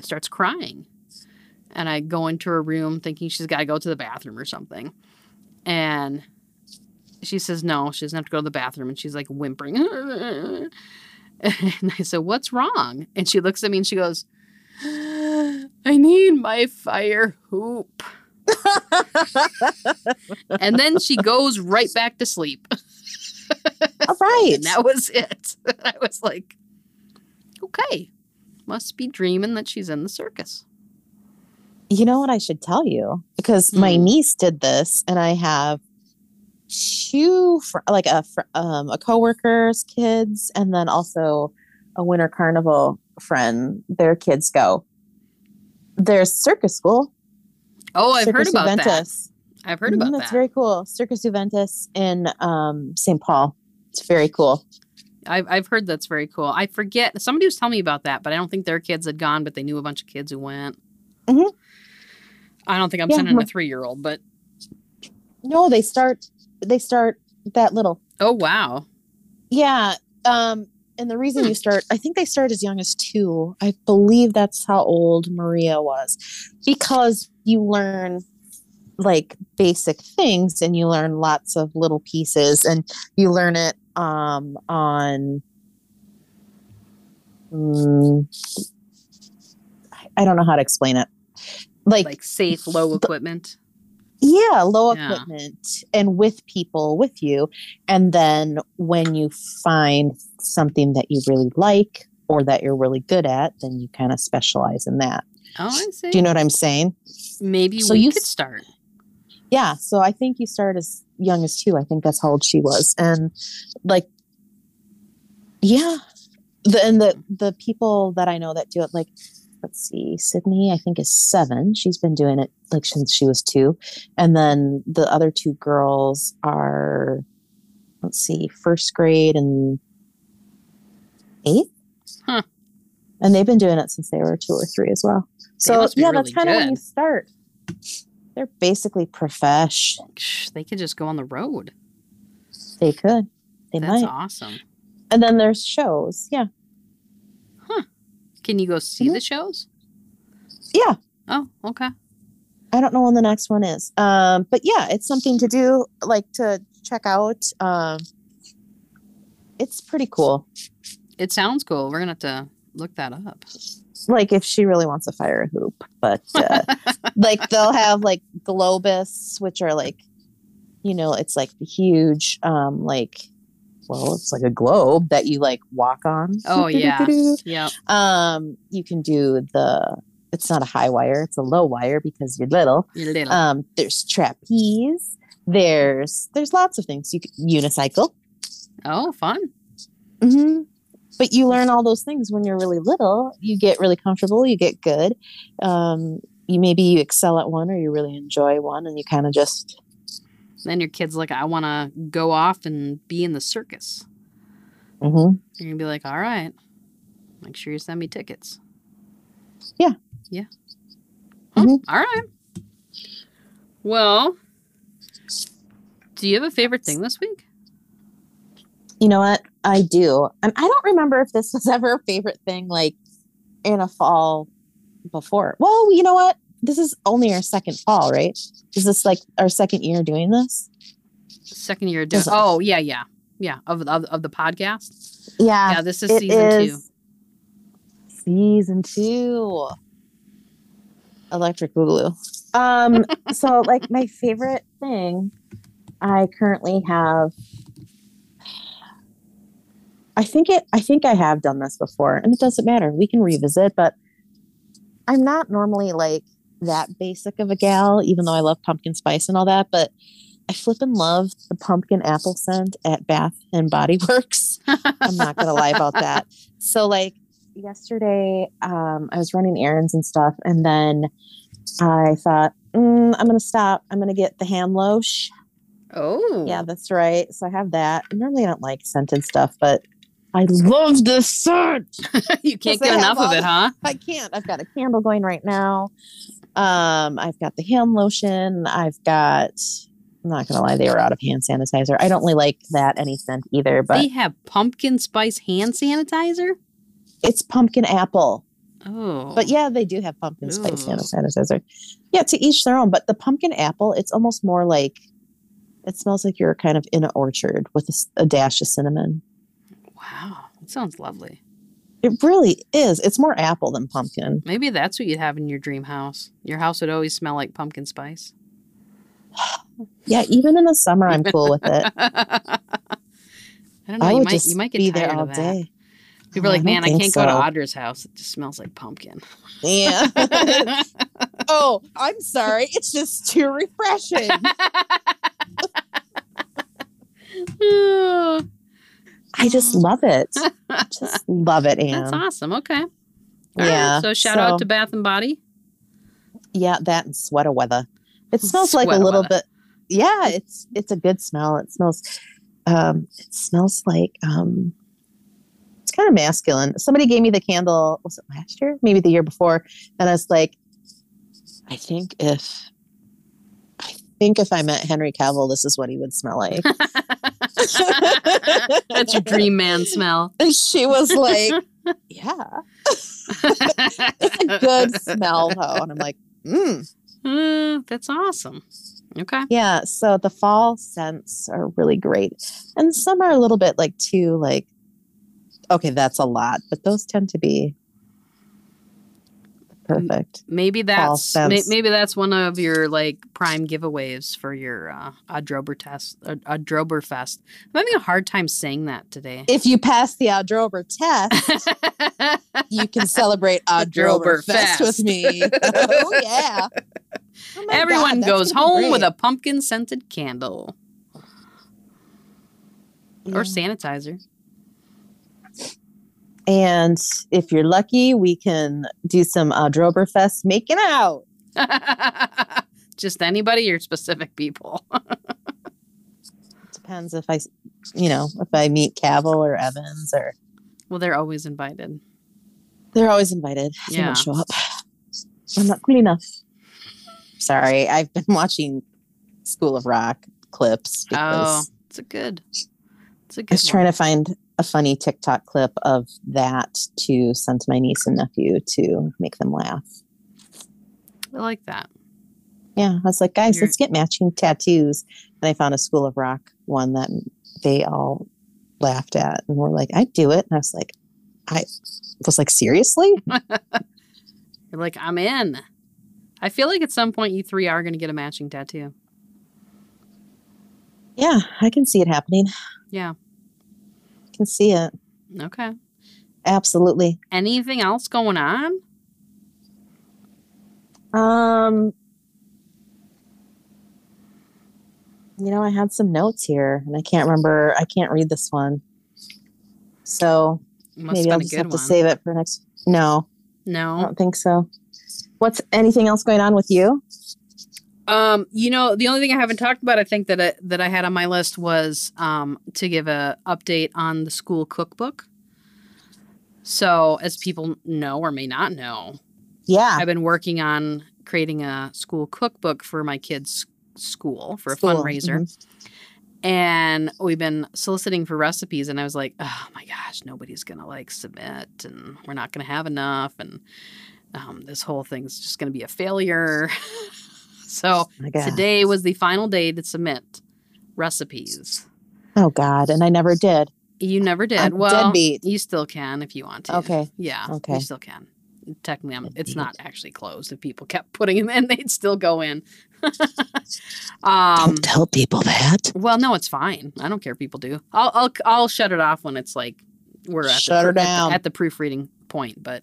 A: starts crying. And I go into her room thinking she's got to go to the bathroom or something. And she says no, she doesn't have to go to the bathroom and she's like whimpering. and I said, "What's wrong?" And she looks at me and she goes, "I need my fire hoop." and then she goes right back to sleep.
B: All right.
A: And that was it. I was like, okay, must be dreaming that she's in the circus.
B: You know what I should tell you? Because my
A: Hmm.
B: niece did this, and I have two, fr- like a fr- um, a coworker's kids, and then also a winter carnival friend. Their kids go. There's circus school.
A: Oh, I've
B: Circus
A: heard about that.
B: Juventus.
A: I've heard about
B: Mhm,
A: that.
B: That's very cool. Circus Juventus in um, St. Paul. It's very cool.
A: I've, I've heard that's very cool. I forget. Somebody was telling me about that, but I don't think their kids had gone, but they knew a bunch of kids who went.
B: Mhm.
A: I don't think I'm
B: Yeah,
A: sending
B: my-
A: a three year old, but
B: No, they start. They start that little.
A: oh, wow.
B: Yeah. Um, and the reason you start, I think they start as young as two. I believe that's how old Maria was because you learn like basic things and you learn lots of little pieces and you learn it um, on. mm, I- I don't know how to explain it. Like,
A: Like safe, low equipment.
B: yeah, low
A: Yeah.
B: equipment and with people with you. And then when you find something that you really like or that you're really good at, then you kind of specialize in that.
A: Oh, I see.
B: Do you know what I'm saying?
A: Maybe
B: so
A: we
B: you
A: could
B: s-
A: start.
B: Yeah. So I think you start as young as two. I think that's how old she was. And like, yeah. The, and the, the people that I know that do it, like, let's see, Sydney, I think is seven. She's been doing it like since she was two. And then the other two girls are, let's see, first grade and eighth.
A: Huh.
B: And they've been doing it since they were two or three as well. So
A: must be
B: yeah,
A: really
B: that's kind of when
A: good.
B: you start. They're basically profesh.
A: They could just go on the road.
B: They could. They
A: That's
B: might.
A: awesome.
B: And then there's shows. Yeah.
A: Can you go see
B: Mhm.
A: the shows?
B: Yeah.
A: Oh, okay.
B: I don't know when the next one is. Um, but yeah, it's something to do, like to check out. Um, it's pretty cool.
A: It sounds cool. We're gonna have to look that up.
B: Like if she really wants a fire hoop, but uh, like they'll have like globus, which are like, you know, it's like the huge, um, like, well, it's like a globe that you like walk on.
A: Oh, yeah. Yep.
B: Um, you can do the. It's not a high wire; it's a low wire because you're little.
A: You're little.
B: Um, there's trapeze. There's there's lots of things. You can, unicycle.
A: oh, fun.
B: Mm-hmm. but you learn all those things when you're really little. You get really comfortable. You get good. Um, you maybe you excel at one, or you really enjoy one, and you kind of just
A: Then your kid's like, I want to go off and be in the circus.
B: mhm.
A: You're going to be like, all right, make sure you send me tickets.
B: Yeah.
A: Yeah. Huh,
B: Mhm.
A: all right. Well, do you have a favorite thing this week?
B: you know what I do. And I don't remember if this was ever a favorite thing like in a fall before. Well, you know what? This is only our second fall, right? Is this like our second year doing this?
A: Second year doing.
B: Does-
A: Oh, yeah, yeah. Yeah, of, of, of the podcast.
B: Yeah.
A: yeah, this is
B: It
A: season two.
B: is Season two. Electric Boogaloo. Um, so like my favorite thing, I currently have. I think it. I think I have done this before, and it doesn't matter. We can revisit, but I'm not normally like that basic of a gal, even though I love pumpkin spice and all that. But I flip and love the pumpkin apple scent at Bath and Body Works. I'm not gonna lie about that. So like yesterday, um, I was running errands and stuff, and then I thought, mm, I'm gonna stop. I'm gonna get the hand loche.
A: Oh.
B: Yeah, that's right. So I have that. And Normally, I don't like scented stuff, but I love this scent.
A: you can't
B: Because they
A: get
B: have
A: enough of
B: all
A: it, huh?
B: I can't. I've got a candle going right now. Um, I've got the hand lotion. I've got. I'm not gonna lie, they were out of hand sanitizer. I don't really like that any scent either, but
A: they have pumpkin spice hand sanitizer.
B: it's pumpkin apple.
A: Oh,
B: But yeah, they do have pumpkin spice
A: Ooh.
B: hand sanitizer. Yeah, to each their own. But the pumpkin apple, it's almost more like it smells like you're kind of in an orchard with a, s- a dash of cinnamon.
A: Wow, that sounds lovely.
B: It really is. It's more apple than pumpkin.
A: Maybe that's what you'd have in your dream house. Your house would always smell like pumpkin spice.
B: Yeah, even in the summer, I'm cool with it.
A: I don't know.
B: I
A: you
B: would
A: might
B: just
A: you might get
B: be
A: tired
B: there all
A: of that.
B: day.
A: People are
B: Oh,
A: like,
B: don't
A: man, I,
B: think
A: can't go to
B: so."
A: Audra's house. It just smells like pumpkin.
B: Yeah. oh, I'm sorry. It's just too refreshing.
A: That's
B: I just love it. Just love it, Anne.
A: awesome. Okay. All right,
B: yeah.
A: So shout out to Bath and Body.
B: Yeah, that and sweater weather. It smells like a
A: Sweater
B: little
A: weather.
B: bit. Yeah, it's it's a good smell. It smells. Um, it smells like um, it's kind of masculine. Somebody gave me the candle. Was it last year? Maybe the year before. And I was like, I think if I think if I met Henry Cavill, this is what he would smell like.
A: That's your dream man smell.
B: And she was like, Yeah, it's a good smell though. And I'm like, Mmm.
A: Uh, that's awesome. Okay.
B: Yeah, so the fall scents are really great. And some are a little bit like too like okay, that's a lot, but those tend to be
A: Mm.
B: perfect.
A: Maybe that's
B: False
A: may,
B: sense.
A: maybe that's one of your like prime giveaways for your uh, Adrober test, uh, Adrober Fest. I'm having a hard time saying that today.
B: If you pass the Audrober test, you can celebrate Audrober
A: Audrober
B: Fest with
A: Fest.
B: me. oh yeah. Oh, my
A: Everyone
B: God, that's
A: goes
B: gonna be
A: home with
B: great.
A: a pumpkin scented candle or sanitizer.
B: And if you're lucky, we can do some Audrober Fest making out.
A: Just anybody or specific people.
B: Depends if I, s- you know, if I meet Cavill or Evans or
A: well, they're always invited.
B: They're always invited. They
A: Yeah.
B: don't show up. I'm not good enough. Sorry, I've been watching School of Rock clips
A: Oh,
B: because
A: it's a good. It's a good.
B: I was trying to find a funny TikTok clip of that to send to my niece and nephew to make them laugh.
A: one. I like that.
B: Yeah, I was like, guys,
A: You're-
B: let's get matching tattoos. And I found a School of Rock one that they all laughed at and were like, I'd do it. And I was like, I was like, seriously?
A: You're like, I'm in. I feel like at some point you three are going to get a matching tattoo.
B: yeah, I can see it happening.
A: Yeah.
B: I can see it.
A: Okay.
B: Absolutely.
A: Anything else going on?
B: Um, you know, I had some notes here, and I can't remember. I can't read this one. So
A: Must
B: Maybe
A: have
B: I'll
A: been a
B: just
A: good
B: have
A: one.
B: to Oh. save it for next. No, I
A: no.
B: don't think so. What's anything else going on with you?
A: Um, you know, the only thing I haven't talked about, I think that I, that I had on my list was um, to give a update on the school cookbook. So, as people know or may not know,
B: Yeah,
A: I've been working on creating a school cookbook for my kids' school for a
B: school.
A: fundraiser.
B: Mhm.
A: and we've been soliciting for recipes and i was like oh my gosh nobody's gonna like submit and we're not gonna have enough and um, this whole thing's just gonna be a failure so
B: Oh, my God.
A: today was the final day to submit recipes
B: Oh God, and I never did.
A: you never did
B: I'm
A: well
B: deadbeat.
A: you still can if you want to
B: Okay.
A: yeah you
B: Okay.
A: still can technically I'm, it's not actually closed if people kept putting them in they'd still go in um
B: tell people that.
A: Well, no, it's fine. I don't care if people do. I'll I'll I'll shut it off when it's like we're at
B: Shut
A: the,
B: her
A: at the-
B: down.
A: at the proofreading point. But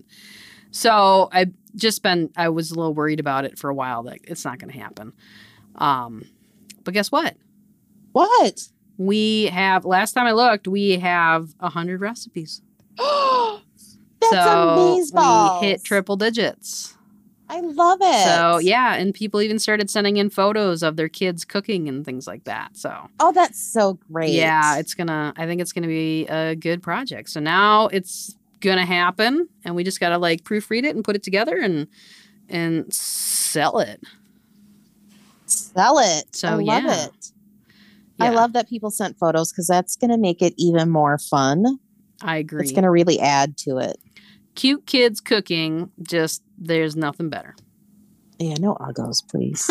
A: so I just been I was a little worried about it for a while that it's not going to happen. Um, but guess what?
B: What?
A: We have last time I looked, we have a hundred recipes.
B: That's
A: so
B: amazeballs.
A: we hit triple digits.
B: I love it.
A: So yeah, and people even started sending in photos of their kids cooking and things like that. So
B: Oh, that's so great.
A: Yeah, it's gonna. I think it's gonna be a good project. So now it's gonna happen, and we just gotta like proofread it and put it together and and sell it.
B: sell it.
A: So,
B: I love
A: yeah.
B: it. I
A: Yeah,
B: love that people sent photos because that's going to make it even more fun.
A: I agree.
B: It's going to really add to it.
A: Cute kids cooking. Just there's nothing better.
B: Yeah, no uggos, please.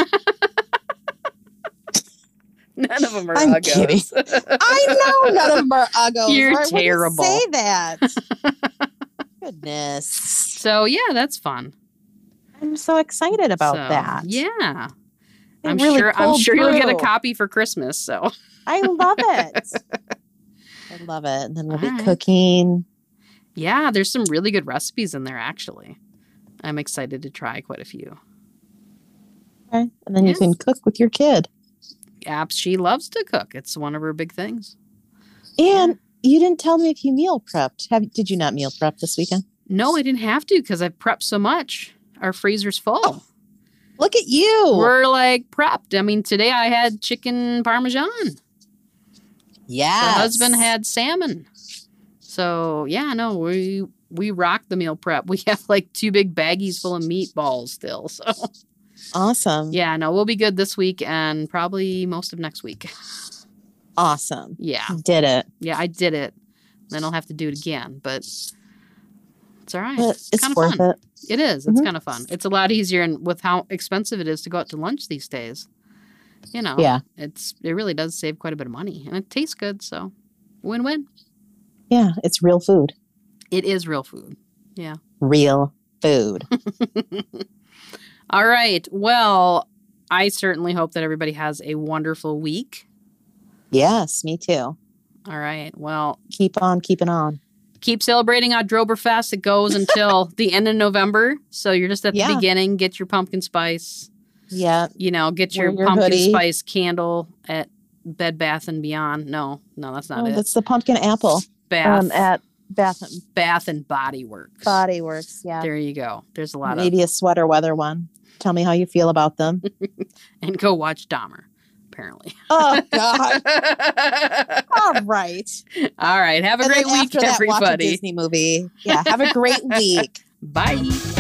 A: None of them are.
B: I'm
A: uggos.
B: kidding. I know none of them are uggos.
A: You're
B: or I wouldn't
A: terrible.
B: Say that. Goodness,
A: So yeah, that's fun
B: I'm so excited about
A: So,
B: that.
A: Yeah,
B: They
A: I'm
B: really
A: sure. I'm
B: pulled
A: sure you'll get a
B: through.
A: copy for Christmas. So
B: I love it. I love it. And then we'll be
A: All right.
B: cooking.
A: yeah, there's some really good recipes in there actually. I'm excited to try quite a few.
B: Okay. And then
A: Yeah.
B: you can cook with your kid.
A: apps she loves to cook. It's one of her big things.
B: And you didn't tell me if you meal prepped. Have did you not meal prep this weekend?
A: No, I didn't have to because I prepped so much. Our freezer's full.
B: Look at you.
A: We're like prepped. I mean, today I had chicken parmesan. The
B: yeah.
A: husband had salmon. So yeah, no, we we rock the meal prep. We have like two big baggies full of meatballs still. So
B: awesome.
A: yeah, no, we'll be good this week and probably most of next week.
B: Awesome.
A: Yeah,
B: You Did it.
A: yeah, I did it. Then I'll have to do it again, but it's all right.
B: But it's
A: kinda
B: worth
A: fun.
B: it.
A: It is. It's
B: Mhm.
A: kind of fun. It's a lot easier, and with how expensive it is to go out to lunch these days, you know,
B: Yeah.
A: it's it really does save quite a bit of money, and it tastes good. So, win win.
B: Yeah. It's real food.
A: It is real food.
B: Real food.
A: All right. Well, I certainly hope that everybody has a wonderful week.
B: yes, me too.
A: All right. Well,
B: Keep on keeping on.
A: keep celebrating Oktoberfest. It goes until the end of November, so you're just at the
B: Yeah.
A: beginning. Get your pumpkin spice.
B: Yeah.
A: you know, get your,
B: Wear your
A: pumpkin
B: hoodie.
A: spice candle at Bed Bath and Beyond. No, no, that's not
B: Oh,
A: it.
B: that's the pumpkin apple.
A: Bath,
B: Um at Bath and
A: Bath and Body Works.
B: Body Works. Yeah.
A: There you go. There's a lot
B: Maybe a sweater weather one. Tell me how you feel about them.
A: of, and go watch Dahmer. Apparently.
B: oh God. All right.
A: All right. Have a
B: and
A: great
B: then
A: week,
B: after that, watch a
A: everybody.
B: Disney movie. Yeah. Have a great week.
A: Bye.